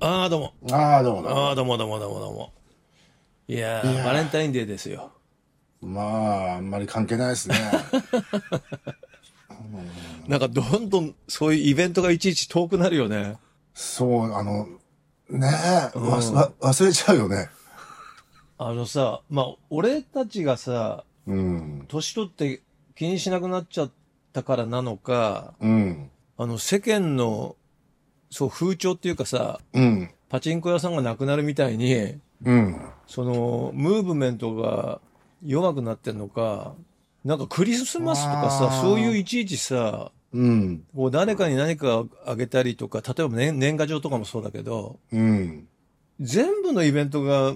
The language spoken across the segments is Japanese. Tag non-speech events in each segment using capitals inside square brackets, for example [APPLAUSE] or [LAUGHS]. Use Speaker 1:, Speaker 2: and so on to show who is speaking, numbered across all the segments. Speaker 1: ああ、どうも。
Speaker 2: ああ、どうもどうも
Speaker 1: ああ、どうもどうもどうもどうも。いやー
Speaker 2: いやー
Speaker 1: バレンタインデーですよ。
Speaker 2: まあ、あんまり関係な
Speaker 1: [LAUGHS]
Speaker 2: いですね。
Speaker 1: なんかどんどんそういうイベントがいちいち遠くなるよね。
Speaker 2: そう、あの、ねえ、わすわ忘れちゃうよね。
Speaker 1: あのさ、まあ、俺たちがさ、
Speaker 2: うん。
Speaker 1: 年取って気にしなくなっちゃったからなのか、
Speaker 2: うん。
Speaker 1: あの、世間の、そう、風潮っていうかさ、
Speaker 2: うん。
Speaker 1: パチンコ屋さんがなくなるみたいに、
Speaker 2: うん。
Speaker 1: その、ムーブメントが弱くなってんのか、なんかクリスマスとか
Speaker 2: あ
Speaker 1: さ、
Speaker 2: ー
Speaker 1: そういういちいちさ、
Speaker 2: うん。
Speaker 1: こう誰かに何かあげたりとか、例えば、ね、年賀状とかもそうだけど、
Speaker 2: うん。
Speaker 1: 全部のイベントが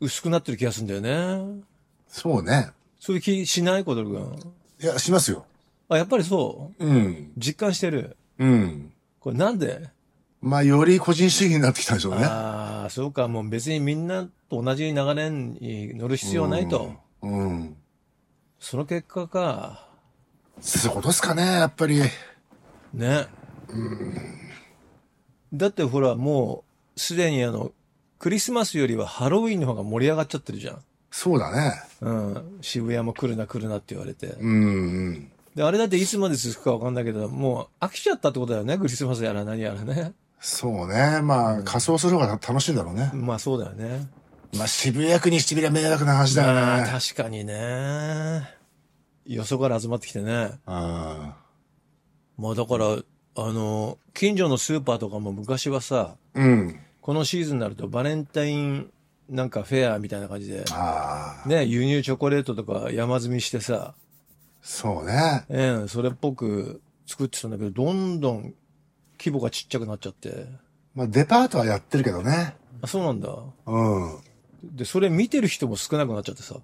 Speaker 1: 薄くなってる気がするんだよね。
Speaker 2: そうね。
Speaker 1: そういう気しない小鳥くん。
Speaker 2: いや、しますよ。
Speaker 1: あ、やっぱりそう。
Speaker 2: うん。
Speaker 1: 実感してる。
Speaker 2: うん。
Speaker 1: これなんで、
Speaker 2: まあ、より個人主義になってきたでしょうね。
Speaker 1: ああ、そうか。もう別にみんなと同じ流れに乗る必要ないと。
Speaker 2: うん。
Speaker 1: その結果か。
Speaker 2: そういうことですかね、やっぱり。
Speaker 1: ね。だってほら、もう、すでにあの、クリスマスよりはハロウィンの方が盛り上がっちゃってるじゃん。
Speaker 2: そうだね。
Speaker 1: うん。渋谷も来るな来るなって言われて。
Speaker 2: うん。
Speaker 1: で、あれだっていつまで続くかわかんないけど、もう飽きちゃったってことだよね。クリスマスやら何やらね。
Speaker 2: そうね。まあ、仮装する方が楽しいんだろうね。
Speaker 1: まあそうだよね。
Speaker 2: まあ、渋谷区にしてみりゃ迷惑な話だよ
Speaker 1: ああ
Speaker 2: ね。
Speaker 1: 確かにね。よそから集まってきてね。
Speaker 2: あ
Speaker 1: まあだから、あの、近所のスーパーとかも昔はさ、
Speaker 2: あ。うん。
Speaker 1: このシーズンになるとバレンタインなんかフェアみたいな感じで、
Speaker 2: ああ、
Speaker 1: ね、輸入チョコレートとか山積みしてさ、
Speaker 2: そうね。
Speaker 1: ええそれっぽく作ってたんだけど、どんどん規模がちっちゃくなっちゃって。
Speaker 2: まあ、デパートはやってるけどね。
Speaker 1: あ、そうなんだ。
Speaker 2: うん。
Speaker 1: で、それ見てる人も少なくなっちゃってさ。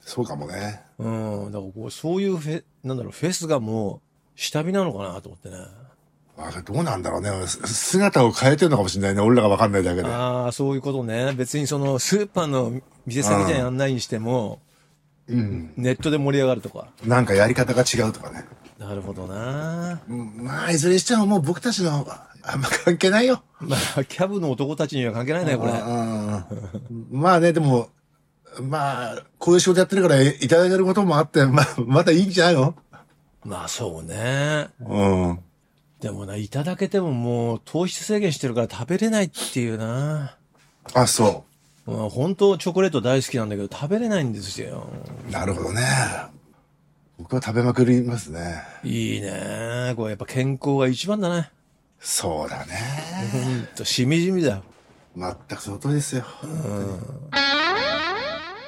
Speaker 2: そうかもね。
Speaker 1: うん。だからこう、そういうフェ、なんだろう、フェスがもう、下火なのかなと思ってね。
Speaker 2: あれどうなんだろうね。す姿を変えてるのかもしれないね。俺らがわかんないだけで。
Speaker 1: ああ、そういうことね。別にその、スーパーの店先じゃやんないにしても、
Speaker 2: うん。
Speaker 1: ネットで盛り上がるとか。
Speaker 2: なんかやり方が違うとかね。
Speaker 1: なるほどな。
Speaker 2: うん、まあ、いずれにしてももう僕たちの、あんま関係ないよ。
Speaker 1: まあ、キャブの男たちには関係ないね、これ。
Speaker 2: うん。まあね、でも、まあ、こういう仕事やってるからいただけることもあって、まあ、まだいいんじゃないの
Speaker 1: まあ、そうね。
Speaker 2: うん。
Speaker 1: でもな、いただけてももう、糖質制限してるから食べれないっていうな。
Speaker 2: あ、そ
Speaker 1: まあ、本当チョコレート大好きなんだけど、食べれないんですよ。
Speaker 2: う。なるほどね。僕は食べまくりますね。
Speaker 1: いいね。これやっぱ健康が一番だね。
Speaker 2: そうだね。
Speaker 1: ほんと、しみじみだよ。
Speaker 2: 全くその通りですよ。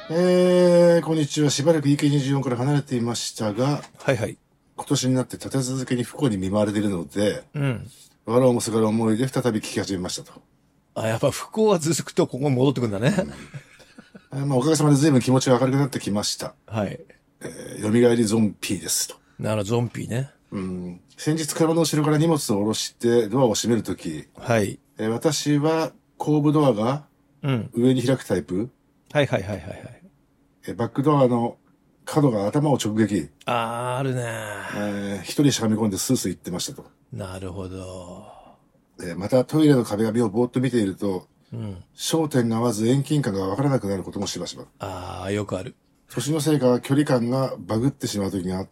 Speaker 2: えー、こんにちは。しばらく EK24 から離れていましたが、
Speaker 1: はいはい。
Speaker 2: 今年になって立て続けに不幸に見舞われているので、
Speaker 1: うん。
Speaker 2: 笑うもすがる思いで再び聞き始めましたと。
Speaker 1: あ、やっぱ不幸は続くとここに戻ってくんだね。
Speaker 2: えーまあ、おかげさまで随分気持ちが明るくなってきました。
Speaker 1: はい。
Speaker 2: えー、蘇りゾンピーですと。
Speaker 1: なら、ゾンビね。
Speaker 2: うん、先日車の後ろから荷物を下ろしてドアを閉めるとき、
Speaker 1: はい。
Speaker 2: えー私は後部ドアが
Speaker 1: うん。
Speaker 2: 上に開くタイプ、
Speaker 1: はいはいはいはいはい。
Speaker 2: えーバックドアの角が頭を直撃。
Speaker 1: あー、あるね。
Speaker 2: えー一人しゃがみ込んでスースー言ってましたと。
Speaker 1: なるほど。
Speaker 2: えーまたトイレの壁紙をぼーっと見ていると、
Speaker 1: うん。
Speaker 2: 焦点が合わず遠近感がわからなくなることもしばしば。
Speaker 1: あー、よくある。
Speaker 2: 年のせいか距離感がバグってしまうときがあ
Speaker 1: は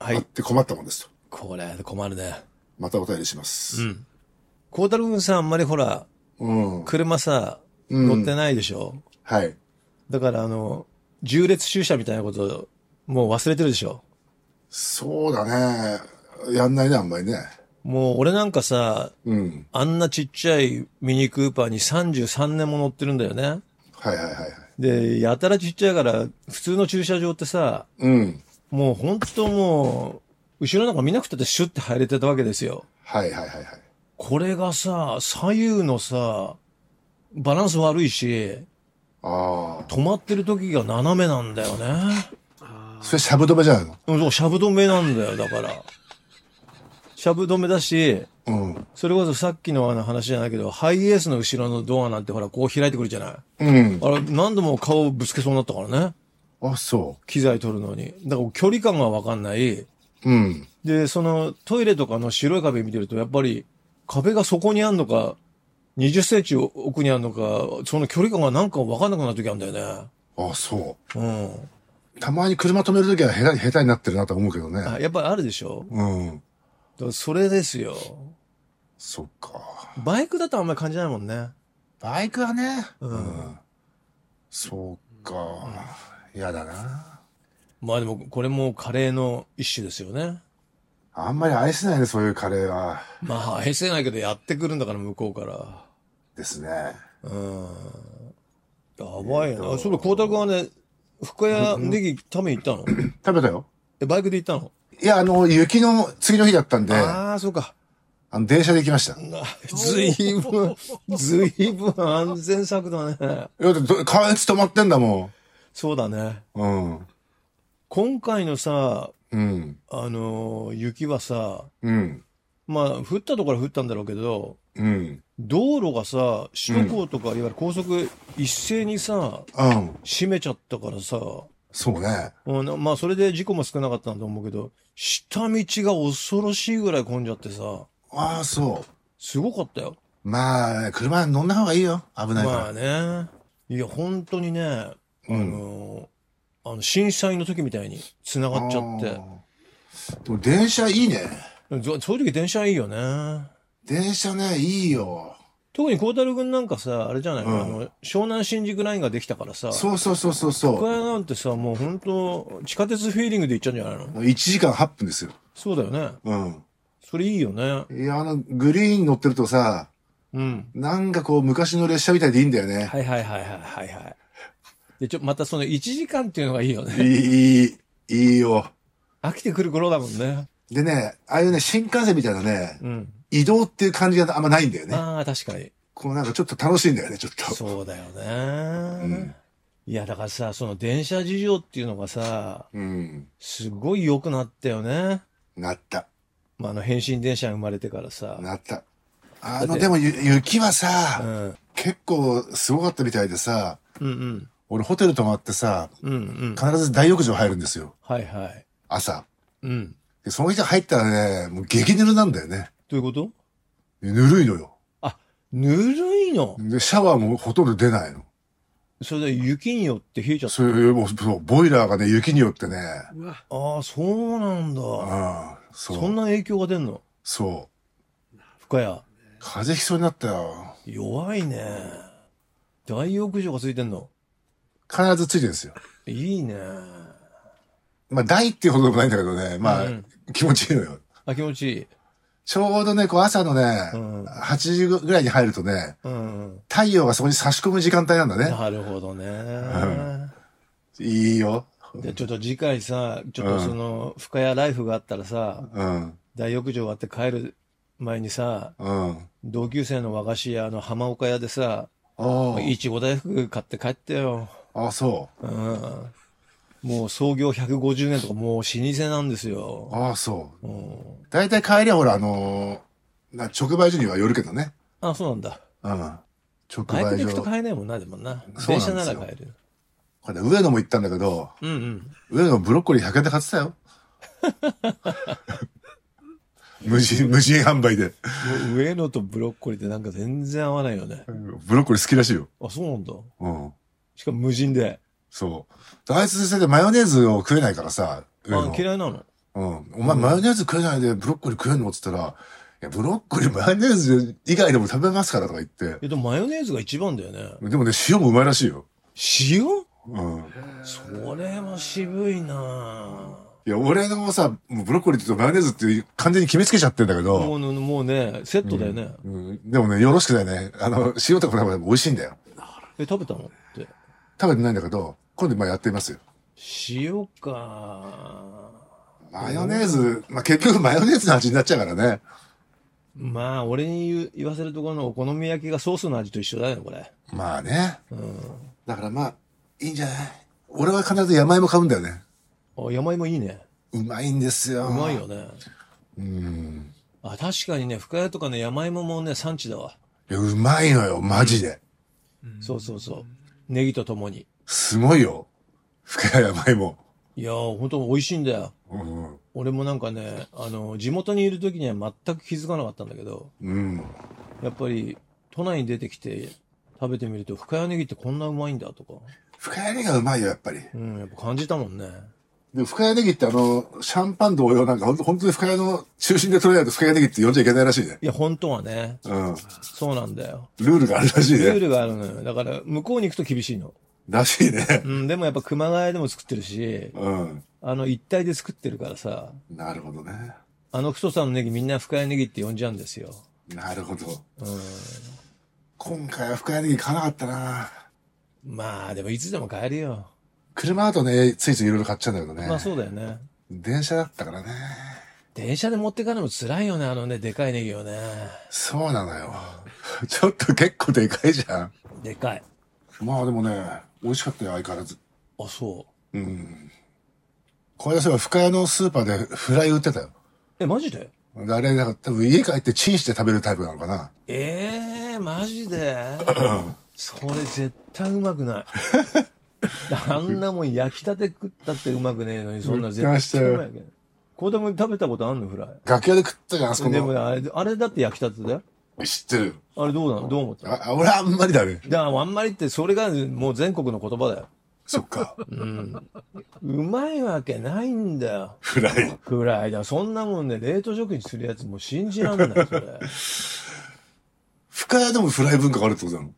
Speaker 2: あっ
Speaker 1: い。
Speaker 2: て困ったもんですと。
Speaker 1: これ、困るね。
Speaker 2: またお便りします。
Speaker 1: うん。孝太郎くんさ、あんまりほら、
Speaker 2: うん。
Speaker 1: 車さ、
Speaker 2: うん
Speaker 1: 乗ってないでしょ、
Speaker 2: はい。
Speaker 1: だから、あの、重列駐車みたいなこと、もう忘れてるでしょ
Speaker 2: そうだね。やんないね、あんまりね。
Speaker 1: もう、俺なんかさ、
Speaker 2: うん。
Speaker 1: あんなちっちゃいミニクーパーに33年も乗ってるんだよね。
Speaker 2: はいはいはいはい。
Speaker 1: で、やたらちっちゃいから、普通の駐車場ってさ、
Speaker 2: うん。
Speaker 1: もうほんともう、後ろなんか見なくたってシュッて入れてたわけですよ。
Speaker 2: はいはいはいはい。
Speaker 1: これがさ、左右のさ、バランス悪いし、
Speaker 2: あ
Speaker 1: 止まってる時が斜めなんだよね。
Speaker 2: あ。それしゃぶ止めじゃないの
Speaker 1: うん、そう、しゃぶ止めなんだよ、だから。しゃぶ止めだし、
Speaker 2: うん。
Speaker 1: それこそさっきのあの話じゃないけど、ハイエースの後ろのドアなんてほら、こう開いてくるじゃない。
Speaker 2: うん。
Speaker 1: あれ、何度も顔をぶつけそうになったからね。
Speaker 2: あ、そ
Speaker 1: 機材取るのに。だから距離感がわかんない。
Speaker 2: う。うん。
Speaker 1: で、そのトイレとかの白い壁見てると、やっぱり壁がそこにあんのか、 20センチ奥にあるのか、その距離感がなんかわかんなくなる時あるんだよね。
Speaker 2: ああ、そう
Speaker 1: うん。。
Speaker 2: たまに車止めるときは下手に下手になってるなと思うけどね。
Speaker 1: あやっぱりあるでしょ
Speaker 2: うん。
Speaker 1: だからそれですよ。
Speaker 2: そっか。
Speaker 1: バイクだとあんまり感じないもんね。
Speaker 2: バイクはね。
Speaker 1: うん
Speaker 2: そうか。嫌だな。
Speaker 1: まあでも、これもカレーの一種ですよね。
Speaker 2: あんまり愛せないね、そういうカレーは。
Speaker 1: まあ、愛せないけどやってくるんだから、向こうから。
Speaker 2: ですね。
Speaker 1: うん。やばい
Speaker 2: えー
Speaker 1: な。
Speaker 2: と
Speaker 1: あそうだ、光太君はね、深谷ネギ食べに行ったの
Speaker 2: 食べたよ。
Speaker 1: え、バイクで行ったの
Speaker 2: いや、あの、雪の次の日だったんで、あ
Speaker 1: ああ、そうか。
Speaker 2: の、電車で行きました。い
Speaker 1: なずいぶん、ずいぶん安全策だね。
Speaker 2: や、だってど関越止まってんだも
Speaker 1: そうだね。
Speaker 2: ん。うん。
Speaker 1: 今回のさ、
Speaker 2: うん。
Speaker 1: あのー雪はさ、
Speaker 2: うん。
Speaker 1: まあ、降ったところは降ったんだろうけど、
Speaker 2: うん。
Speaker 1: 道路がさ、首都高とか、いわゆる高速一斉にさ、
Speaker 2: うん。
Speaker 1: 閉めちゃったからさ、
Speaker 2: そうね。
Speaker 1: うんなまあ、それで事故も少なかったんだと思うけど、下道が恐ろしいぐらい混んじゃってさ、
Speaker 2: ああ、そう。
Speaker 1: すごかったよ。
Speaker 2: まあ、車乗んな方がいいよ。危ないから。
Speaker 1: まあね。いや、本当にね、あのーあの、震災の時みたいに繋がっちゃって。
Speaker 2: あーでも電車いいね。
Speaker 1: そそういう時電車いいよね。
Speaker 2: 電車ね、いいよ。
Speaker 1: 特に孝太郎くんなんかさ、あれじゃない、
Speaker 2: うん
Speaker 1: あの、湘南新宿ラインができたからさ、
Speaker 2: そうそうそうそうそ
Speaker 1: 僕らなんてさ、もう本当地下鉄フィーリングで行っちゃうんじゃないの
Speaker 2: う。1時間8分ですよ。
Speaker 1: そうだよね。
Speaker 2: うん。
Speaker 1: それいいよね。
Speaker 2: いや、あの、グリーン乗ってるとさ、
Speaker 1: うん。
Speaker 2: なんかこう、昔の列車みたいでいいんだよね。
Speaker 1: はいはいはいはいはいはい。で、ちょ、またその1時間っていうのがいいよ
Speaker 2: い
Speaker 1: ね。
Speaker 2: い、いい、いいよ。
Speaker 1: [LAUGHS] 飽きてくる頃だもんね。
Speaker 2: でね、ああいうね、新幹線みたいなね、
Speaker 1: うん。
Speaker 2: 移動っていう感じがあんまないんだよね。
Speaker 1: ああ、確かに。
Speaker 2: こうなんかちょっと楽しいんだよね、ちょっと。
Speaker 1: そうだよね、
Speaker 2: ん
Speaker 1: いや、だからさ、その電車事情っていうのがさ、
Speaker 2: うん。
Speaker 1: すごい良くなったよね。
Speaker 2: なった。
Speaker 1: まあ、あの、変身電車が生まれてからさ。
Speaker 2: なった。あ
Speaker 1: だっ
Speaker 2: の、
Speaker 1: て
Speaker 2: でもゆ雪は
Speaker 1: う
Speaker 2: さ、
Speaker 1: ん。
Speaker 2: 結構すごかったみたいでさ、
Speaker 1: うんうん。
Speaker 2: 俺ホテル泊まってさ、
Speaker 1: うんうん。
Speaker 2: 必ず大浴場入るんですよ。
Speaker 1: はいはい。
Speaker 2: 朝。
Speaker 1: うん。
Speaker 2: で、その人入ったらね、もう激ぬるなんだよね。
Speaker 1: どういうこと
Speaker 2: ぬるいのよ。
Speaker 1: ぬるいの。
Speaker 2: で、シャワーもほとんど出ないの。
Speaker 1: それで雪によって冷えちゃった。
Speaker 2: そういう、もう、そう、ボイラーがね、雪によってね、
Speaker 3: うわ、
Speaker 1: ああ、そうなんだ。
Speaker 2: うん、そう。
Speaker 1: そんな影響が出んの
Speaker 2: そう。
Speaker 1: 深谷。
Speaker 2: 風邪ひきそうになったよ。
Speaker 1: 弱いね。大浴場がついてんの。
Speaker 2: 必ずついてるんですよ。
Speaker 1: いいね。
Speaker 2: まあ、大っていうほどでもないんだけどね、まあ、
Speaker 1: うん
Speaker 2: 気持ちいいのよ。
Speaker 1: あ、気持ちいい。
Speaker 2: ちょうどね、こう朝のね、
Speaker 1: うん
Speaker 2: 8時ぐらいに入るとね、
Speaker 1: うん。
Speaker 2: 太陽がそこに差し込む時間帯なんだね。
Speaker 1: なるほどね。
Speaker 2: んいいよ。
Speaker 1: で、ちょっと次回さ、ちょっとその、深谷ライフがあったらさ、
Speaker 2: うん、
Speaker 1: 大浴場があって帰る前にさ、
Speaker 2: うん。
Speaker 1: 同級生の和菓子屋の浜岡屋でさ、
Speaker 2: あ
Speaker 1: いちご大福買って帰ったよ。
Speaker 2: あ、あそ
Speaker 1: うん。もう創業150年とかもう老舗なんです
Speaker 2: う。
Speaker 1: よ。
Speaker 2: ああ、そう。
Speaker 1: うん。
Speaker 2: 大体帰りはほら、あのーな直売所には寄るけどね。
Speaker 1: あ、そうなんだ。
Speaker 2: うん。直
Speaker 1: バイク
Speaker 2: 売
Speaker 1: で行くと
Speaker 2: 所。こ
Speaker 1: 買えないもんな、でもな。
Speaker 2: そう
Speaker 1: 電
Speaker 2: な
Speaker 1: 車
Speaker 2: んで
Speaker 1: な
Speaker 2: すよ
Speaker 1: ら買える。
Speaker 2: れ上野も行ったんだけど、
Speaker 1: うんうん。
Speaker 2: 上野ブロッコリー100円で買ってたよ。 [LAUGHS] 無人、無人販売で。
Speaker 1: もう [LAUGHS] 上野とブロッコリーってなんか全然合わないよね。
Speaker 2: ブロッコリー好きらしいよ。
Speaker 1: あ、そうなんだ。
Speaker 2: うん。
Speaker 1: しかも無人で。
Speaker 2: そう。あいつ先生マヨネーズを食えないからさ、上
Speaker 1: あ
Speaker 2: 野、。
Speaker 1: 嫌いなの。
Speaker 2: うん。お前マヨネーズ食えないでブロッコリー食えんのって言ったら、いや、ブロッコリーマヨネーズ以外でも食べますからとか言って。
Speaker 1: えっと、マヨネーズが一番だよね。
Speaker 2: でもね、塩もうまいらしいよ。
Speaker 1: 塩
Speaker 2: うん。
Speaker 1: それは渋いなぁ
Speaker 2: いや、俺のさ、もうブロッコリーって言うとマヨネーズっていう完全に決めつけちゃってんだけ
Speaker 1: も
Speaker 2: ど、
Speaker 1: うね、もうね、セットだよね。
Speaker 2: うん、でもね、よろしくないね。あの、塩とかも美味しいんだよ。
Speaker 1: え、食べたのって。
Speaker 2: 食べてないんだけど、今度まあやってみますよ。
Speaker 1: 塩か
Speaker 2: マヨネーズ、まあ、結局マヨネーズの味になっちゃうからね。
Speaker 1: まあ、俺に言う言わせるところのお好み焼きがソースの味と一緒だよね、これ。
Speaker 2: まあね。
Speaker 1: うん。
Speaker 2: だからまあ、いいんじゃない俺は必ず山芋買うんだよね。
Speaker 1: あ、山芋いいね。
Speaker 2: うまいんですよ。
Speaker 1: うまい。よね。
Speaker 2: うん。
Speaker 1: あ、確かにね、深谷とかね、山芋もね、産地だわ。
Speaker 2: いや、うまいのよ、マジで。
Speaker 1: そうそうそう。ネギとともに。
Speaker 2: すごいよ。深谷山芋。
Speaker 1: いやー、ほんと美味しいんだよ。
Speaker 2: うん。
Speaker 1: 俺もなんかね、あの、地元にいる時には全く気づかなかったんだけど、
Speaker 2: うん。
Speaker 1: やっぱり、都内に出てきて食べてみると、深谷ネギってこんなうまいんだとか、
Speaker 2: 深谷ネギがうまいよ、やっぱり。
Speaker 1: うん、やっぱ感じたもんね。
Speaker 2: でも深谷ネギってあの、シャンパン同様なんか、ほんと本当に深谷の中心で取れないと深谷ネギって呼んじゃいけないらしいね。
Speaker 1: いや、本当はね、
Speaker 2: うん。
Speaker 1: そうなんだよ。
Speaker 2: ルールがあるらしい
Speaker 1: ルー
Speaker 2: ね。
Speaker 1: ルがあるのよ。だから、向こうに行くと厳しいの。
Speaker 2: らしいね。
Speaker 1: うん、でもやっぱ熊谷でも作ってるし、
Speaker 2: うん。
Speaker 1: あの、一体で作ってるからさ、
Speaker 2: なるほどね。
Speaker 1: あの太さのネギみんな深谷ネギって呼んじゃうんですよ。
Speaker 2: なるほど。
Speaker 1: うん。
Speaker 2: 今回は深谷ネギ買わなかったな
Speaker 1: まあ、でもいつでも買えるよ。
Speaker 2: 車だとね、ついついいろいろ買っちゃうんだけどね。
Speaker 1: まあそうだよね。
Speaker 2: 電車だったからね。
Speaker 1: 電車で持ってかれも辛いよね、あのね、でかいネギをね。
Speaker 2: そうなのよ。 [LAUGHS] ちょっと結構でかいじゃん。
Speaker 1: でかい。
Speaker 2: まあでもね、美味しかったよ、相変わらず。
Speaker 1: あ、そう。
Speaker 2: うん。これはそういえば深谷のスーパーでフライ売ってたよ。
Speaker 1: え、マジで
Speaker 2: あれ、なんか多分家帰ってチンして食べるタイプなのかな。
Speaker 1: ええー、マジで [COUGHS] それ絶対うまく [LAUGHS] ない。あんなもん焼きたて食ったってうまくねえのに、そんな絶
Speaker 2: 言ってました
Speaker 1: 対
Speaker 2: よ
Speaker 1: うまいわけない。子供に食べたことあんのフライ。
Speaker 2: 楽屋で食ったじゃん、あそこ
Speaker 1: でも
Speaker 2: の。
Speaker 1: ね、あれ、あれだって焼きたてだよ。
Speaker 2: 知ってる。
Speaker 1: あれどうなのどう思っただか
Speaker 2: あ、俺あんまりだね。
Speaker 1: ら、あんまりって、それがもう全国の言葉だよ。
Speaker 2: そっか。 [LAUGHS]
Speaker 1: うん。うまいわけないんだよ。
Speaker 2: フライ。
Speaker 1: フライだ。そんなもんね、冷凍食品するやつもう信じらんない、それ。
Speaker 2: 深谷でもフライ文化があるってことなの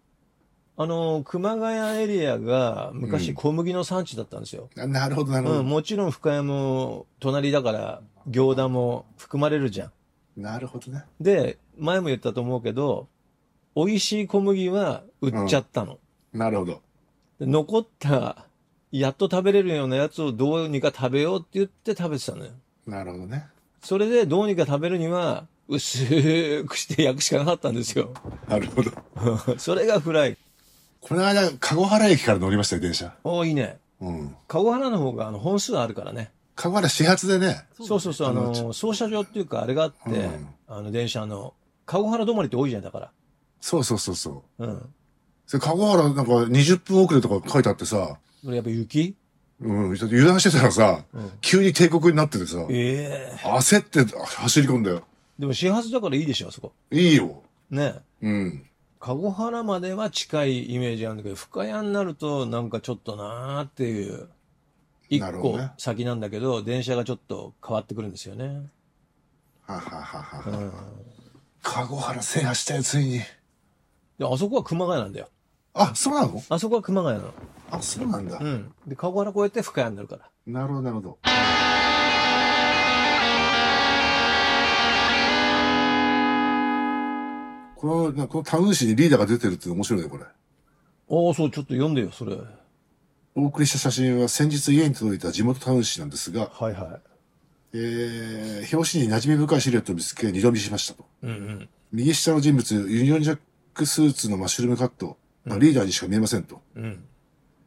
Speaker 1: あの、熊谷エリアが昔小麦の産地だったんですよ。
Speaker 2: ななるほど、なるほ
Speaker 1: う
Speaker 2: ど。
Speaker 1: ん、もちろん深谷も隣だから、行田も含まれるじゃん。
Speaker 2: なるほどね。
Speaker 1: で、前も言ったと思うけど、美味しい小麦は売っちゃったの。
Speaker 2: なるほど。
Speaker 1: で残った、やっと食べれるようなやつをどうにか食べようって言って食べてたのよ。
Speaker 2: なるほどね。
Speaker 1: それでどうにか食べるには、薄くして焼くしかなかったんです [LAUGHS] よ。
Speaker 2: なるほど。
Speaker 1: それがフライ。
Speaker 2: この間、籠原駅から乗りましたよ、電車。
Speaker 1: おーいいね。
Speaker 2: うん。
Speaker 1: 籠原の方があの本数あるからね。
Speaker 2: 籠原始発でね。
Speaker 1: そうそうそう、あの、操車場っていうか、あれがあって、
Speaker 2: うん
Speaker 1: あの、電車の、籠原止まりって多いじゃん、だから。
Speaker 2: そうそうそうそう。
Speaker 1: うん。
Speaker 2: それ籠原なんか20分遅れとか書いてあってさ、
Speaker 1: それやっぱ雪
Speaker 2: うん、ちょっと油断してたらさ、
Speaker 1: うん
Speaker 2: 急に帝国になっててさ、
Speaker 1: ええ
Speaker 2: 焦って走り込んだよ。
Speaker 1: でも始発だからいいでしょ、あそこ。
Speaker 2: いいよ。
Speaker 1: ね。
Speaker 2: うん。
Speaker 1: 籠原までは近いイメージあるんだけど、深谷になるとなんかちょっとなーっていう、一
Speaker 2: なるほ
Speaker 1: 個
Speaker 2: どね
Speaker 1: 先なんだけど、電車がちょっと変わってくるんですよね。
Speaker 2: ははは
Speaker 1: う
Speaker 2: は。
Speaker 1: ん。
Speaker 2: 籠原制覇したよ、ついに。
Speaker 1: で、あそこは熊谷なんだよ。
Speaker 2: あ、そうなの
Speaker 1: あそこは熊谷なの。
Speaker 2: あ、そうなんだ
Speaker 1: う。ん。で、籠原越えて深谷になるから。
Speaker 2: なるほど、なるほど。この、なこのタウン誌にリーダーが出てるっていうの面白いね、これ。
Speaker 1: おー、そう、ちょっと読んでよ、それ。は
Speaker 2: お送りした写真は先日家に届いた地元タウン誌なんですが、
Speaker 1: いは
Speaker 2: えー、表紙に馴染み深いシルエットを見つけ二度見しましたと。
Speaker 1: い。うんうん。
Speaker 2: 右下の人物、ユニオンジャックスーツのマッシュルームカット、あリーダーにしか見えませんと。
Speaker 1: うん。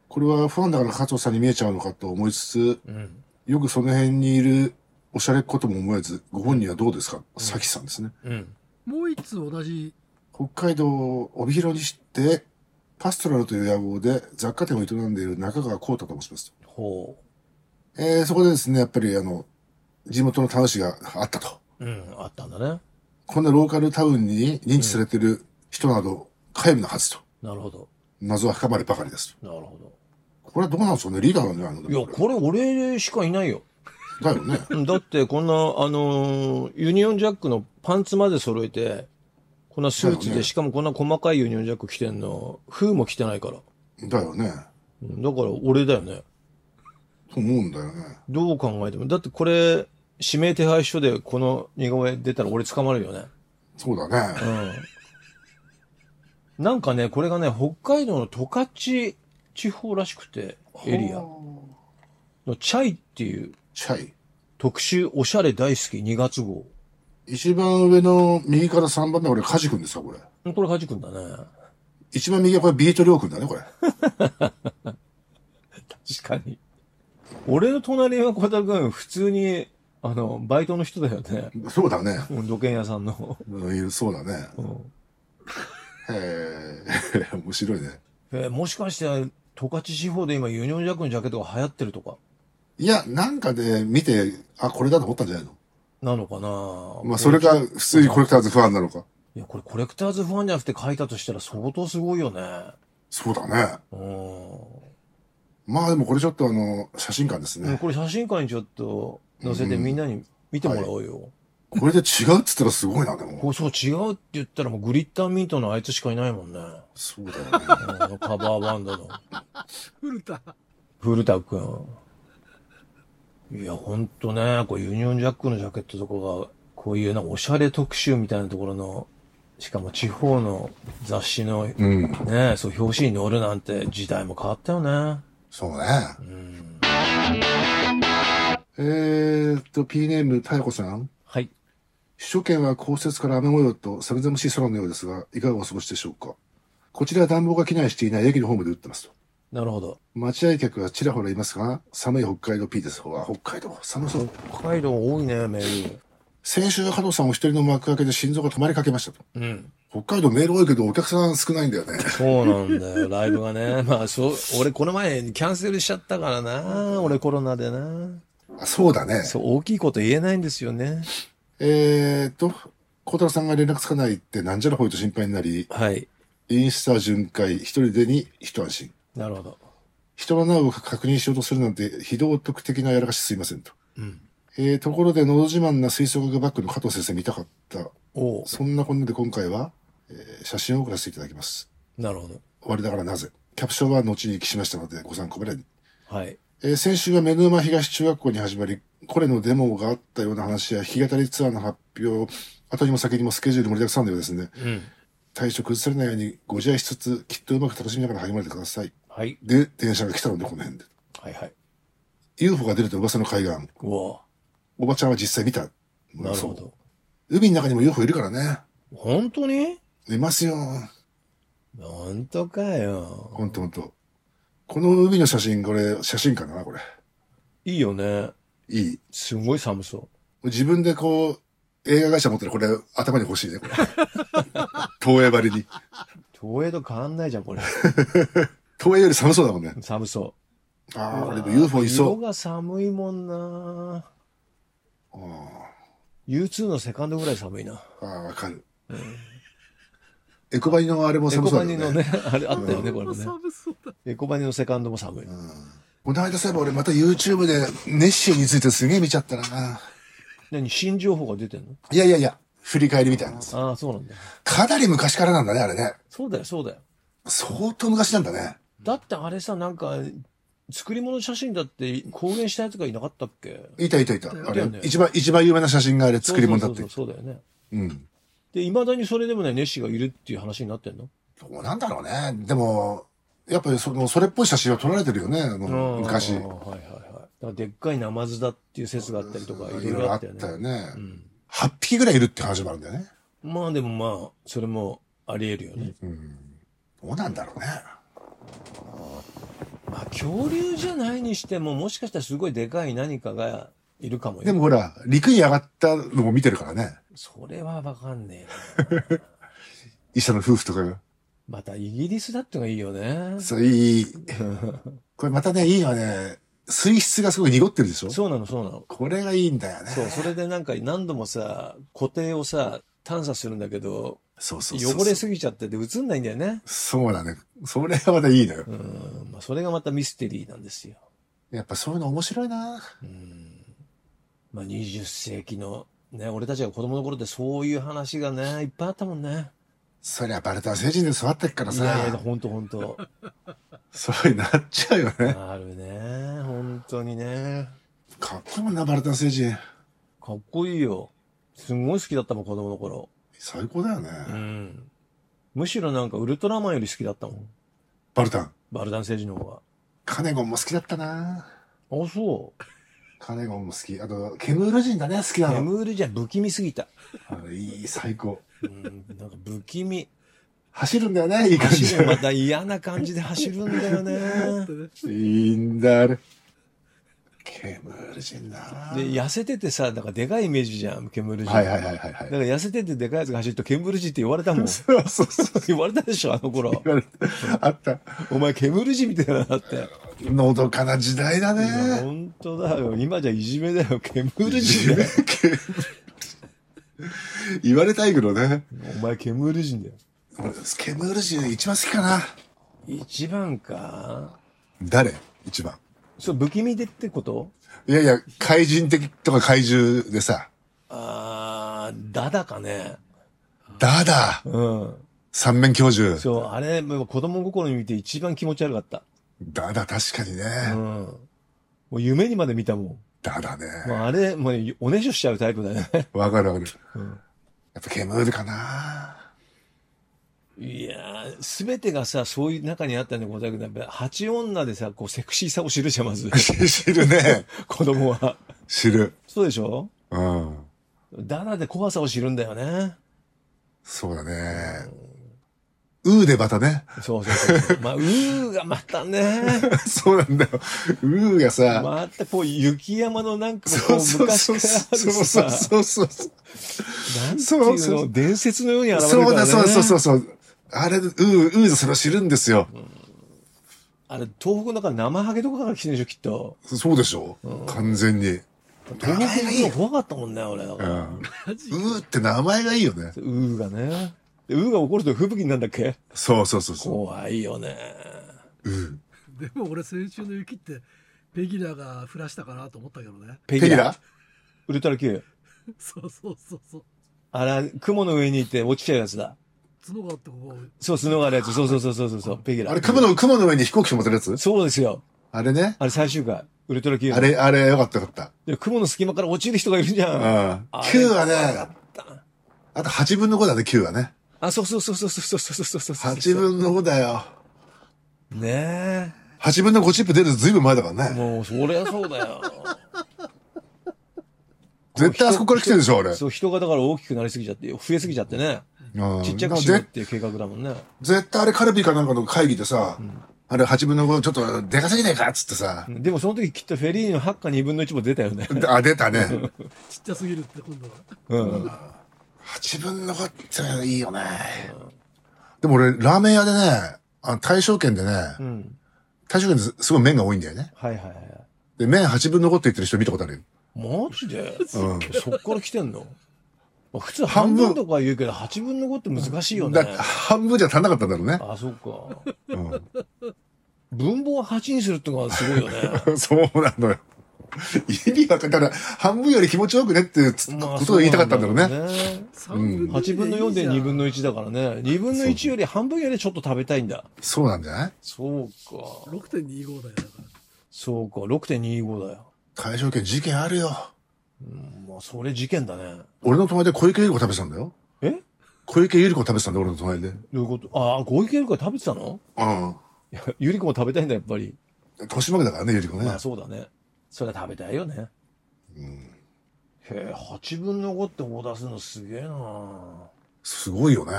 Speaker 2: これはファンだから加藤さんに見えちゃうのかと思いつつ、
Speaker 1: うん。
Speaker 2: よくその辺にいるおしゃれっことも思えず、ご本人はどうですかさきさんですね。
Speaker 1: うん。
Speaker 3: もう一つ同じ
Speaker 2: 北海道を帯広にして、パストラルという野望で雑貨店を営んでいる中川幸太と申します。
Speaker 1: ほ
Speaker 2: えー、そこでですね、やっぱりあの、地元のタウン誌があったと。
Speaker 1: う。うん、あったんだね。
Speaker 2: こんなローカルタウンに認知されている人など、皆無なはずと。
Speaker 1: なるほど。
Speaker 2: 謎は深まればかりですと。
Speaker 1: なるほ
Speaker 2: これはどうなんですかねリーダーなんじゃないの
Speaker 1: ど。いや、これ俺しかいない [LAUGHS] よ。
Speaker 2: だよね。
Speaker 1: だって、こんな、あのーユニオンジャックのパンツまで揃えて、こんなスーツ
Speaker 2: そうだ
Speaker 1: で、
Speaker 2: ね
Speaker 1: しかもこんな細かいユニオンジャック着てんの、風も着てないから。
Speaker 2: だよね。
Speaker 1: うんだから俺だよね。
Speaker 2: と思うんだよね。
Speaker 1: どう考えても。だってこれ、指名手配書でこの似顔絵出たら俺捕まるよね。
Speaker 2: そうだね。
Speaker 1: うん。なんかね、これがね、北海道の十勝地方らしくて、エリア。
Speaker 2: ほう。
Speaker 1: のチャイっていう
Speaker 2: チャイ。
Speaker 1: 特集おしゃれ大好き2月号。
Speaker 2: 一番上の右から3番目、これ、カジ君ですか、これ。
Speaker 1: これカジ君だね。
Speaker 2: 一番右はこれ、ビートリョウ君だね、これ。
Speaker 1: 確かに。俺の隣は小田君、普通に、あの、バイトの人だよね。
Speaker 2: そうだね。
Speaker 1: うん土建屋さんの。
Speaker 2: うん、そうだね。
Speaker 1: うん
Speaker 2: へえ、 [LAUGHS] 面白いね。
Speaker 1: えーもしかして、十勝地方で今ユニオンジャックのジャケットが流行ってるとか、
Speaker 2: いや、なんかで見て、あ、これだと思ったんじゃないの
Speaker 1: なのかな
Speaker 2: まあ、それ。か、普通にコレクターズファンなのか。
Speaker 1: いや、これコレクターズファンじゃなくて書いたとしたら相当すごいよね。
Speaker 2: そうだね。
Speaker 1: うん。
Speaker 2: まあでもこれちょっとあの、写真館です
Speaker 1: でも
Speaker 2: ね。
Speaker 1: これ写真館にちょっと載せて
Speaker 2: うん
Speaker 1: みんなに見てもらおうよ。
Speaker 2: これで違うっつったらすごいな、で
Speaker 1: [LAUGHS]
Speaker 2: も。
Speaker 1: こうそう違うって言ったらもうグリッターミントのあいつしかいないもんね。
Speaker 2: そうだよ
Speaker 1: う
Speaker 2: ね。
Speaker 1: んカバーバンドの。
Speaker 3: 古田。
Speaker 1: 古田くん。いや、ほんとね、こうユニオンジャックのジャケットとかが、こういうなんかおしゃれ特集みたいなところの、しかも地方の雑誌のね、
Speaker 2: うん。
Speaker 1: そう表紙に載るなんて時代も変わったよね。
Speaker 2: そうね。
Speaker 1: うん。
Speaker 2: えーっと、P ネーム、たやこさん。
Speaker 1: はい。
Speaker 2: 首都圏は降雪から雨模様と寒々しい空のようですが、いかがお過ごしでしょうか。こちらは暖房が機能していない駅のホームで打ってますと。
Speaker 1: なるほど。
Speaker 2: 待合客がちらほらいますが、寒い北海道 P です。うわ、北海道、寒そう。
Speaker 1: 北海道多いね、メー
Speaker 2: 先週、加藤さんお一人の幕開けで心臓が止まりかけましたと。
Speaker 1: ル。うん。
Speaker 2: 北海道メール多いけど、お客さん少ないんだよね。
Speaker 1: そうなんだよ、ライブがね。 [LAUGHS] まあ、そう、俺この前キャンセルしちゃったからな。俺コロナでな。
Speaker 2: あそうだね。
Speaker 1: そう、大きいこと言えないんですよね。
Speaker 2: えーっと、小太郎さんが連絡つかないってなんじゃらほいと心配になり、
Speaker 1: はい。
Speaker 2: インスタ巡回、一人でに一安心。
Speaker 1: なるほど。
Speaker 2: 人の名を確認しようとするなんて、非道徳的なやらかしすいませんと。
Speaker 1: うん。
Speaker 2: えー、ところで、のど自慢な吹奏楽バッグの加藤先生見たかった。
Speaker 1: おう
Speaker 2: そんなこんなで今回は、えー写真を送らせていただきます。
Speaker 1: なるほど。
Speaker 2: 我ながらなぜキャプションは後に記しましたので、ご参考までに。
Speaker 1: はい。
Speaker 2: えー先週は目の馬東中学校に始まり、これのデモがあったような話や、弾き語りツアーの発表、後にも先にもスケジュール盛りだくさんのようですね。
Speaker 1: うん。
Speaker 2: 体調崩されないようにご自愛しつつ、きっとうまく楽しみながら励まれてください。
Speaker 1: はい。
Speaker 2: で、電車が来たので、この辺で。
Speaker 1: はいはい。
Speaker 2: UFO が出ると噂の海岸。
Speaker 1: うわ
Speaker 2: おばちゃんは実際見た。
Speaker 1: なるほ
Speaker 2: そう
Speaker 1: ど。
Speaker 2: 海の中にも UFO いるからね。
Speaker 1: 本当に
Speaker 2: いますよ。
Speaker 1: 本当かよ。
Speaker 2: ほんとほんと。この海の写真、これ、写真かな、これ。
Speaker 1: いいよね。
Speaker 2: いい。
Speaker 1: すごい寒そ
Speaker 2: 自分でこう、映画会社持ってるこれ、頭に欲しいね、
Speaker 1: [LAUGHS]
Speaker 2: これ。東映ばりに。
Speaker 1: う。東映と変わんないじゃん、 [LAUGHS] これ。
Speaker 2: 東映より寒そうだもんね。
Speaker 1: 寒そ
Speaker 2: あ
Speaker 1: う。
Speaker 2: あ、でも UFO い
Speaker 1: 色
Speaker 2: そう。
Speaker 1: が寒いもんな。
Speaker 2: あー
Speaker 1: U2 のセカンドぐらい寒いな。
Speaker 2: あー、わかる。エコバニのあれも
Speaker 1: エ
Speaker 2: 寒
Speaker 1: コ
Speaker 2: そう
Speaker 1: バ
Speaker 2: だ
Speaker 1: ニの
Speaker 2: よね。
Speaker 1: ね、あれあったよね、これ
Speaker 3: も
Speaker 1: も
Speaker 3: う
Speaker 1: ね。
Speaker 3: 寒そうだ。
Speaker 1: エコバニのセカンドも寒い。
Speaker 2: この間そういえば俺また YouTube でネッシーについてすげえ見ちゃったな。
Speaker 1: 何、新情報が出てんの
Speaker 2: いやいやいや、振り返りみたいなやつ。
Speaker 1: ああ、そうなんだ。
Speaker 2: かなり昔からなんだね、あれね。
Speaker 1: そうだよ、そうだよ。
Speaker 2: 相当昔なんだね。
Speaker 1: だってあれさ、なんか、作り物写真だって公言したやつがいなかったっけ
Speaker 2: いたいたいた。あ
Speaker 1: いた
Speaker 2: れ
Speaker 1: よね、
Speaker 2: 一番、一番有名な写真があれ作り物だって
Speaker 1: そう。そうそうそうだよね。
Speaker 2: うん。
Speaker 1: で、未だにそれでもね、ネッシーがいるっていう話になってんの
Speaker 2: どうなんだろうね。でも、やっぱりその、それっぽい写真は撮られてるよね、あの昔。
Speaker 1: あ
Speaker 2: い
Speaker 1: ーはいはいはい。だからでっかいナマズだっていう説があったりとか、いろい
Speaker 2: ろい
Speaker 1: ろ
Speaker 2: ろ
Speaker 1: あ
Speaker 2: あ
Speaker 1: っ
Speaker 2: った
Speaker 1: よね。
Speaker 2: たよね。
Speaker 1: ん
Speaker 2: 8匹ぐらいいるって話もあるんだよね。
Speaker 1: まあでもまあ、それもあり得るよね。
Speaker 2: どうなんだろうね。
Speaker 1: まあ、恐竜じゃないにしても、もしかしたらすごいでかい何かがいるかもよ
Speaker 2: でもほら、陸に上がったのも見てるからね。
Speaker 1: それはわかんねえな。
Speaker 2: 医者の夫婦とかが。
Speaker 1: またイギリスだってのがいいよね。
Speaker 2: そう、いい。
Speaker 1: [LAUGHS]
Speaker 2: これまたね、いいのはね、水質がすごい濁ってるでしょ
Speaker 1: そうなの、そうなの。
Speaker 2: これがいいんだよね。
Speaker 1: そう、それでなんか何度もさ、固定をさ、探査するんだけど、
Speaker 2: そうそうそうそう。
Speaker 1: 汚れすぎちゃってて映んないんだよね。
Speaker 2: そうだね。それはまたいいのよ。
Speaker 1: うん、まあ、それがまたミステリーなんですよ。
Speaker 2: やっぱそういうの面白いな。
Speaker 1: まあ、20世紀の、ね、俺たちが子供の頃ってそういう話がね、いっぱいあったもんね。
Speaker 2: そりゃバレたら成人で育ってっから
Speaker 1: い
Speaker 2: さ。
Speaker 1: やいや、ほんとほんと。
Speaker 2: そういうなっちゃうよね。
Speaker 1: あるね、ほんとにね。
Speaker 2: かっこいいもんな、バレた成人。
Speaker 1: かっこいいよ。すんごい好きだったもん、子供の頃。
Speaker 2: 最高だよね。
Speaker 1: うん。むしろなんかウルトラマンより好きだったもん。
Speaker 2: バルタン。
Speaker 1: バルダン星人の方
Speaker 2: カネゴンも好きだったな。
Speaker 1: が。あ、そう。
Speaker 2: カネゴンも好き。あと、ケムール人だね、好きなの。
Speaker 1: 眠るじゃん不気味すぎた。
Speaker 2: あのいい、最高。
Speaker 1: うん、なんか不気味。
Speaker 2: 走るんだよね、いい感じ
Speaker 1: [LAUGHS] 走るまた嫌な感じで走るんだよね。
Speaker 2: で。いいんだ、あれ。ケムール人だな。
Speaker 1: で、痩せててさ、なんかでかいイメージじゃん、ケムルジ。
Speaker 2: はいはいはいはいは
Speaker 1: だ
Speaker 2: い
Speaker 1: か。ら痩せててでかいやつが走るとケムルジって言われた [LAUGHS] もん。
Speaker 2: そうそうそう。
Speaker 1: 言われたでしょ、あの [LAUGHS] 頃。
Speaker 2: 言われたあった。
Speaker 1: お前ケムルジみたいなのだって。い
Speaker 2: のどかな時代だ
Speaker 1: や、
Speaker 2: ね。
Speaker 1: 本当だよ。今じゃいじめだよ、ケムルジだよ。
Speaker 2: [LAUGHS] 言われたいけどね。
Speaker 1: お前、ケムール人だよ。
Speaker 2: 俺スケムール人一番好きかな。
Speaker 1: 一番か
Speaker 2: 誰一番。
Speaker 1: そう、不気味でってこと
Speaker 2: いやいや、怪人的とか怪獣でさ、
Speaker 1: あー、ダダかね。
Speaker 2: ダダ
Speaker 1: うん。
Speaker 2: 三面教授。
Speaker 1: そう、あれ、もう子供心に見て一番気持ち悪かった。
Speaker 2: ダダ確かにね。
Speaker 1: うん。もう夢にまで見たもん。
Speaker 2: ダダね。
Speaker 1: もうあれ、もうねおねしょしちゃうタイプだ
Speaker 2: [LAUGHS]
Speaker 1: ね。
Speaker 2: わかるわかる。
Speaker 1: うん
Speaker 2: やっぱケムールかな。。
Speaker 1: いやー、すべてがさ、そういう中にあったんでございますけど、やっぱ八女でさ、こう、セクシーさを知るじゃん、まず [LAUGHS]
Speaker 2: 知るね。
Speaker 1: 子供は。
Speaker 2: 知る。
Speaker 1: そうでしょ
Speaker 2: うん。
Speaker 1: ダダで怖さを知るんだよね。
Speaker 2: そうだね。うーでまたね。 [LAUGHS]
Speaker 1: そうそうそうそう。 [LAUGHS] まあ、うーがまたね。
Speaker 2: そうなんだよ。うーがさ、
Speaker 1: またこう、雪山のなんかこ
Speaker 2: そう
Speaker 1: う、
Speaker 2: そう
Speaker 1: 昔
Speaker 2: そう
Speaker 1: からあ
Speaker 2: そう
Speaker 1: る
Speaker 2: そう
Speaker 1: さ、
Speaker 2: そうそうそう。
Speaker 1: なんて
Speaker 2: そう
Speaker 1: いう
Speaker 2: そう
Speaker 1: の、伝説のように現れる
Speaker 2: そ
Speaker 1: か
Speaker 2: う
Speaker 1: ら
Speaker 2: だ、
Speaker 1: ね。
Speaker 2: そうそうそうそう。あれ、うー、うーでそれを知るんですよ。
Speaker 1: あれ、東北の中、生ハゲとかから来てるでしょ、きっと。
Speaker 2: そうでしょ完全に。名
Speaker 1: 東
Speaker 2: 前
Speaker 1: 北
Speaker 2: が
Speaker 1: の
Speaker 2: いいよ
Speaker 1: 人。怖かったもんね、俺。う
Speaker 2: うん。うーって名前がいいよね。
Speaker 1: ーがね。でうーが怒ると吹雪になるんだっけ
Speaker 2: そうそうそうそ
Speaker 1: 怖いよね。
Speaker 2: う。うー。
Speaker 3: でも俺先週の雪ってペギラが降らしたかなと思ったけどね。 [LAUGHS]
Speaker 1: ペ
Speaker 2: ペギラ
Speaker 1: ウルトラ Q。
Speaker 3: そうそうそうそう。
Speaker 1: あら、雲の上にいて落ちちゃうやつだ。
Speaker 3: 角があってここ
Speaker 1: そう、角があるやつ。そうそうそうそうそうそう。ペギラ。
Speaker 2: あれ、雲の、雲の上に飛行機持てるやつ
Speaker 1: そうですよ。
Speaker 2: あれね。
Speaker 1: あれ最終回。ウルトラ Q の。
Speaker 2: あれ、あれ、よかったよかった。
Speaker 1: で雲の隙間から落ちる人がいるじゃん。
Speaker 2: うん
Speaker 1: あ。れ
Speaker 2: Q は
Speaker 1: 怖
Speaker 2: ね
Speaker 1: か、った
Speaker 2: あと8分の5だね、9はね。
Speaker 1: あ、そうそうそうそうそうそうそうそうそう。
Speaker 2: 8。分の5だよ。
Speaker 1: ね
Speaker 2: 8分の5チップ出るのずいぶん前だから
Speaker 1: え。
Speaker 2: ね。
Speaker 1: もう、そりゃそうだ
Speaker 2: [LAUGHS]
Speaker 1: よ。
Speaker 2: 絶対あそこから来てるでしょ、あれ。
Speaker 1: そう、人がだから大きくなりすぎちゃって、増えすぎちゃってね。
Speaker 2: うん
Speaker 1: ちっちゃく
Speaker 2: だから
Speaker 1: しようっ
Speaker 2: ぜ
Speaker 1: ていう計画だもんね。
Speaker 2: 絶対あれカルビーかなんかの会議でさ、あれ8分の5ちょっとでかすぎねえかっつってさ、
Speaker 1: でもその時きっとフェリーのハッカ2分の1も出たよね。
Speaker 2: あ、出たね。
Speaker 3: ちっちゃすぎるって今度は。
Speaker 1: うん。
Speaker 2: 8分の5っていいよね。でも俺、ラーメン屋でね、あの大正圏でね、
Speaker 1: うん。
Speaker 2: 大正圏ですごい麺が多いんだよね。
Speaker 1: はいはいはい。
Speaker 2: で、麺8分の5って言ってる人見たことあるよ。
Speaker 1: マジで、
Speaker 2: うん
Speaker 1: そっから来てんのまあ普通
Speaker 2: 半
Speaker 1: 半
Speaker 2: 分
Speaker 1: 分とか言うけど、8分の5って難しいよ
Speaker 2: だ
Speaker 1: ね
Speaker 2: って。半分じゃ足んなかったんだろうね。
Speaker 1: あ、そっか。
Speaker 2: う
Speaker 1: 分母を8にするってのがすごいよ [LAUGHS] ね。
Speaker 2: ん、そうなのよ。意味わかんない。だから、半分より気持ちよくねっていうつことを言いたかったんだろうね。
Speaker 1: そうなんだろうね。
Speaker 3: 3分の
Speaker 1: 8分の4で2分の1だからね。2分の1より半分よりちょっと食べたいんだ。
Speaker 2: そうなんじゃない
Speaker 1: そうか。
Speaker 3: 6.25だよだから。
Speaker 1: そうか。6.25だよ。
Speaker 2: 大正圏事件あるよ。
Speaker 1: まあ、それ事件だね。
Speaker 2: 俺の隣で小池百合子食べてたんだよ。
Speaker 1: え
Speaker 2: 小池百合子食べてたんだよ、俺の隣で。う
Speaker 1: どういうことああ、小池百合子食べてたの
Speaker 2: ん。
Speaker 1: いやゆり子も食べたいんだ、やっぱり。
Speaker 2: 豊島区だからね、ゆり子ね。
Speaker 1: まあ、そうだね。それは食べたいよね。
Speaker 2: うん、
Speaker 1: へえ、8分の5ってオーダーするのすげえな
Speaker 2: すごいよね。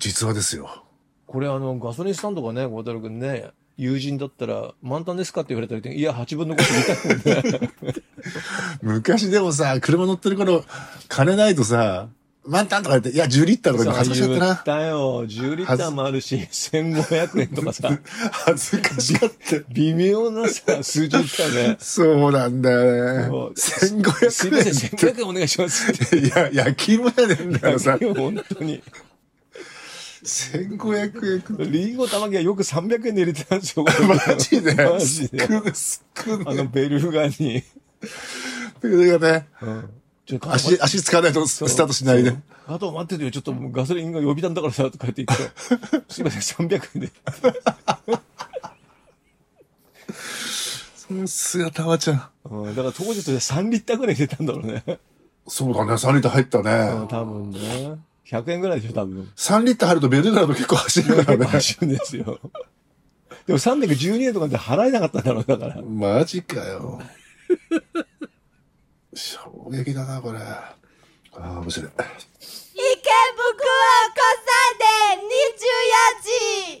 Speaker 2: 実話ですよ。
Speaker 1: これあの、ガソリンスタンドがね、小太郎くんね、友人だったら、満タンですかって言われたら、いや、8分の5って言いたいもんね。
Speaker 2: 昔でもさ、車乗ってる頃、金ないとさ、満タンとか言って、いや、10リッターとか
Speaker 1: [LAUGHS]
Speaker 2: 言って恥ずかしか
Speaker 1: 言
Speaker 2: っ
Speaker 1: ったたよ。10リッターもあるし、1500円とかさ、
Speaker 2: な。恥ずかしかった。。
Speaker 1: 微妙なさ、数字言ったね [LAUGHS]
Speaker 2: そうなんだ
Speaker 1: そ
Speaker 2: よ
Speaker 1: う
Speaker 2: ね。1500円。
Speaker 1: すいません、1500円お願いしますって。
Speaker 2: いや、焼き芋やねんだから
Speaker 1: [LAUGHS]
Speaker 2: さ、
Speaker 1: 本当に。
Speaker 2: 1500円。
Speaker 1: リンゴ玉木はよく300円で入れてたんですよ。
Speaker 2: [LAUGHS] マジで
Speaker 1: マジで
Speaker 2: 少ない少な
Speaker 1: あ
Speaker 2: い
Speaker 1: のベルフガに。
Speaker 2: ということでね、
Speaker 1: ちょっと
Speaker 2: 足、足使わないとスタートしないで。
Speaker 1: あと待っててよ、ちょっともうガソリンが予備弾だからさ、とか言
Speaker 2: [LAUGHS]
Speaker 1: って言ってすいません、300円で。
Speaker 2: その姿はちゃん。
Speaker 1: うん、だから当時として3リッターぐらい入れたんだろうね。
Speaker 2: そうだね、3リッター入った
Speaker 1: うん、
Speaker 2: ね。
Speaker 1: 多分ね。100円ぐらいでしょ、多分。
Speaker 2: 3リッター入るとベルグラード結構走るからね。
Speaker 1: 走るんですよ。でも312円とかで払えなかったんだろう、だから。
Speaker 2: マジかよ。衝撃だな、これ。ああ、面白い。
Speaker 4: 池袋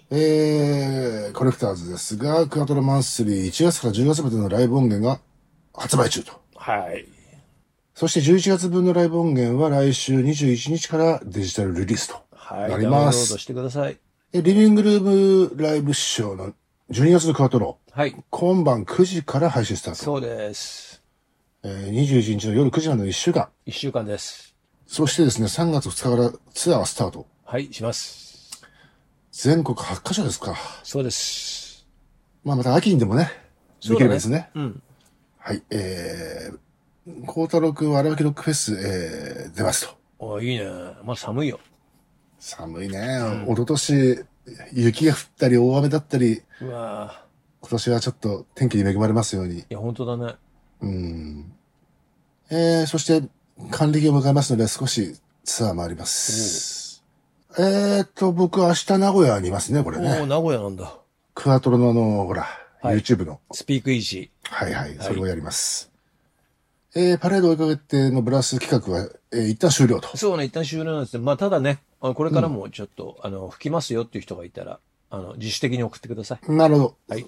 Speaker 4: 交差点24時
Speaker 2: えー、コレクターズですが、クアトロマンスリー1月から10月までのライブ音源が発売中と。
Speaker 1: はい。
Speaker 2: そして11月分のライブ音源は来週21日からデジタルリリースと
Speaker 1: はい。
Speaker 2: な
Speaker 1: ダウン
Speaker 2: り
Speaker 1: ロ
Speaker 2: ま
Speaker 1: ード
Speaker 2: す。
Speaker 1: してください。
Speaker 2: えリビングルームライブショーの12月のクアトロ、
Speaker 1: はい。
Speaker 2: 今晩9時から配信スタート。
Speaker 1: そうです。
Speaker 2: えー、21日の夜9時までの1週間、
Speaker 1: 1週間です。
Speaker 2: そしてですね、3月2日からツアーがスタート。
Speaker 1: はい、します。
Speaker 2: 全国8カ所ですか。
Speaker 1: そうです。
Speaker 2: まあ、また秋にでもね、
Speaker 1: そ
Speaker 2: で
Speaker 1: うだね
Speaker 2: きればいいですね。
Speaker 1: うん。
Speaker 2: はい、えー、孝太郎くんは荒脇ロックフェス、えー、出ますと。
Speaker 1: あいいね。まあ寒いよ。
Speaker 2: 寒いね。
Speaker 1: ん
Speaker 2: 一昨年、雪が降ったり大雨だったり、
Speaker 1: うわぁ。
Speaker 2: 今年はちょっと天気に恵まれますように。
Speaker 1: いや、本当だね。
Speaker 2: うん。えー、そして、還暦を迎えますので、少しツアー回ります。えーと、僕、明日名古屋にいますね、これ
Speaker 1: おお
Speaker 2: ね。
Speaker 1: 名古屋なんだ。
Speaker 2: クワトロの、あの、ほら、
Speaker 1: はい
Speaker 2: YouTube の。
Speaker 1: スピークイージ
Speaker 2: はいはい、
Speaker 1: はい
Speaker 2: それをやります。えー、パレード追いかけてのブラス企画は、えー、一旦終了と
Speaker 1: ー。。そうね、一旦終了なんですね。まあただね、あのこれからもちょっと、あの、吹きますよっていう人がいたら、あの、自主的に送ってください。
Speaker 2: なるほど。
Speaker 1: はい。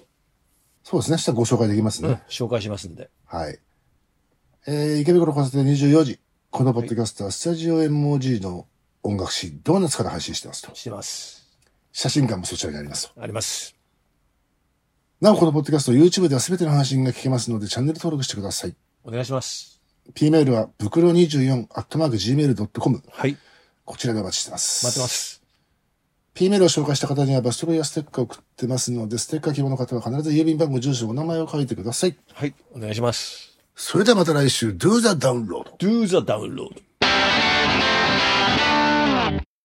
Speaker 2: そうですね。したらご紹介できます
Speaker 1: うん
Speaker 2: ね。、
Speaker 1: 紹介しますんで。
Speaker 2: はい。えー、池袋交差点24時。このポッドキャストは、スタジオ MOG の音楽誌、ドーナツから配信してますと。
Speaker 1: してます。
Speaker 2: 写真館もそちらにありますと。
Speaker 1: あります。
Speaker 2: なお、このポッドキャスト、YouTube では全ての配信が聞けますので、チャンネル登録してください。
Speaker 1: お願いします。
Speaker 2: P メールは、袋24、アットマーク、gmail.com。
Speaker 1: はい、待
Speaker 2: こちらでお待ちしてます。
Speaker 1: ってま。す。
Speaker 2: P メールを紹介した方には、バストロイやステッカーを送ってますので、ステッカー希望の方は必ず郵便番号、住所、お名前を書いてください。
Speaker 1: はい、お願いします。
Speaker 2: それではまた来週、Do the Download!
Speaker 1: Do the download.